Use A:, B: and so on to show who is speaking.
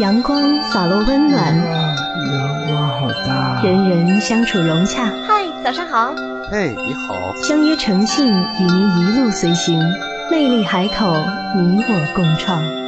A: 阳光洒落温暖，
B: 阳光好大。
A: 人人相处融洽，
C: 嗨，早上好。
D: 嘿，你好，
A: 相约诚信与您一路随行，魅力海口，你我共创。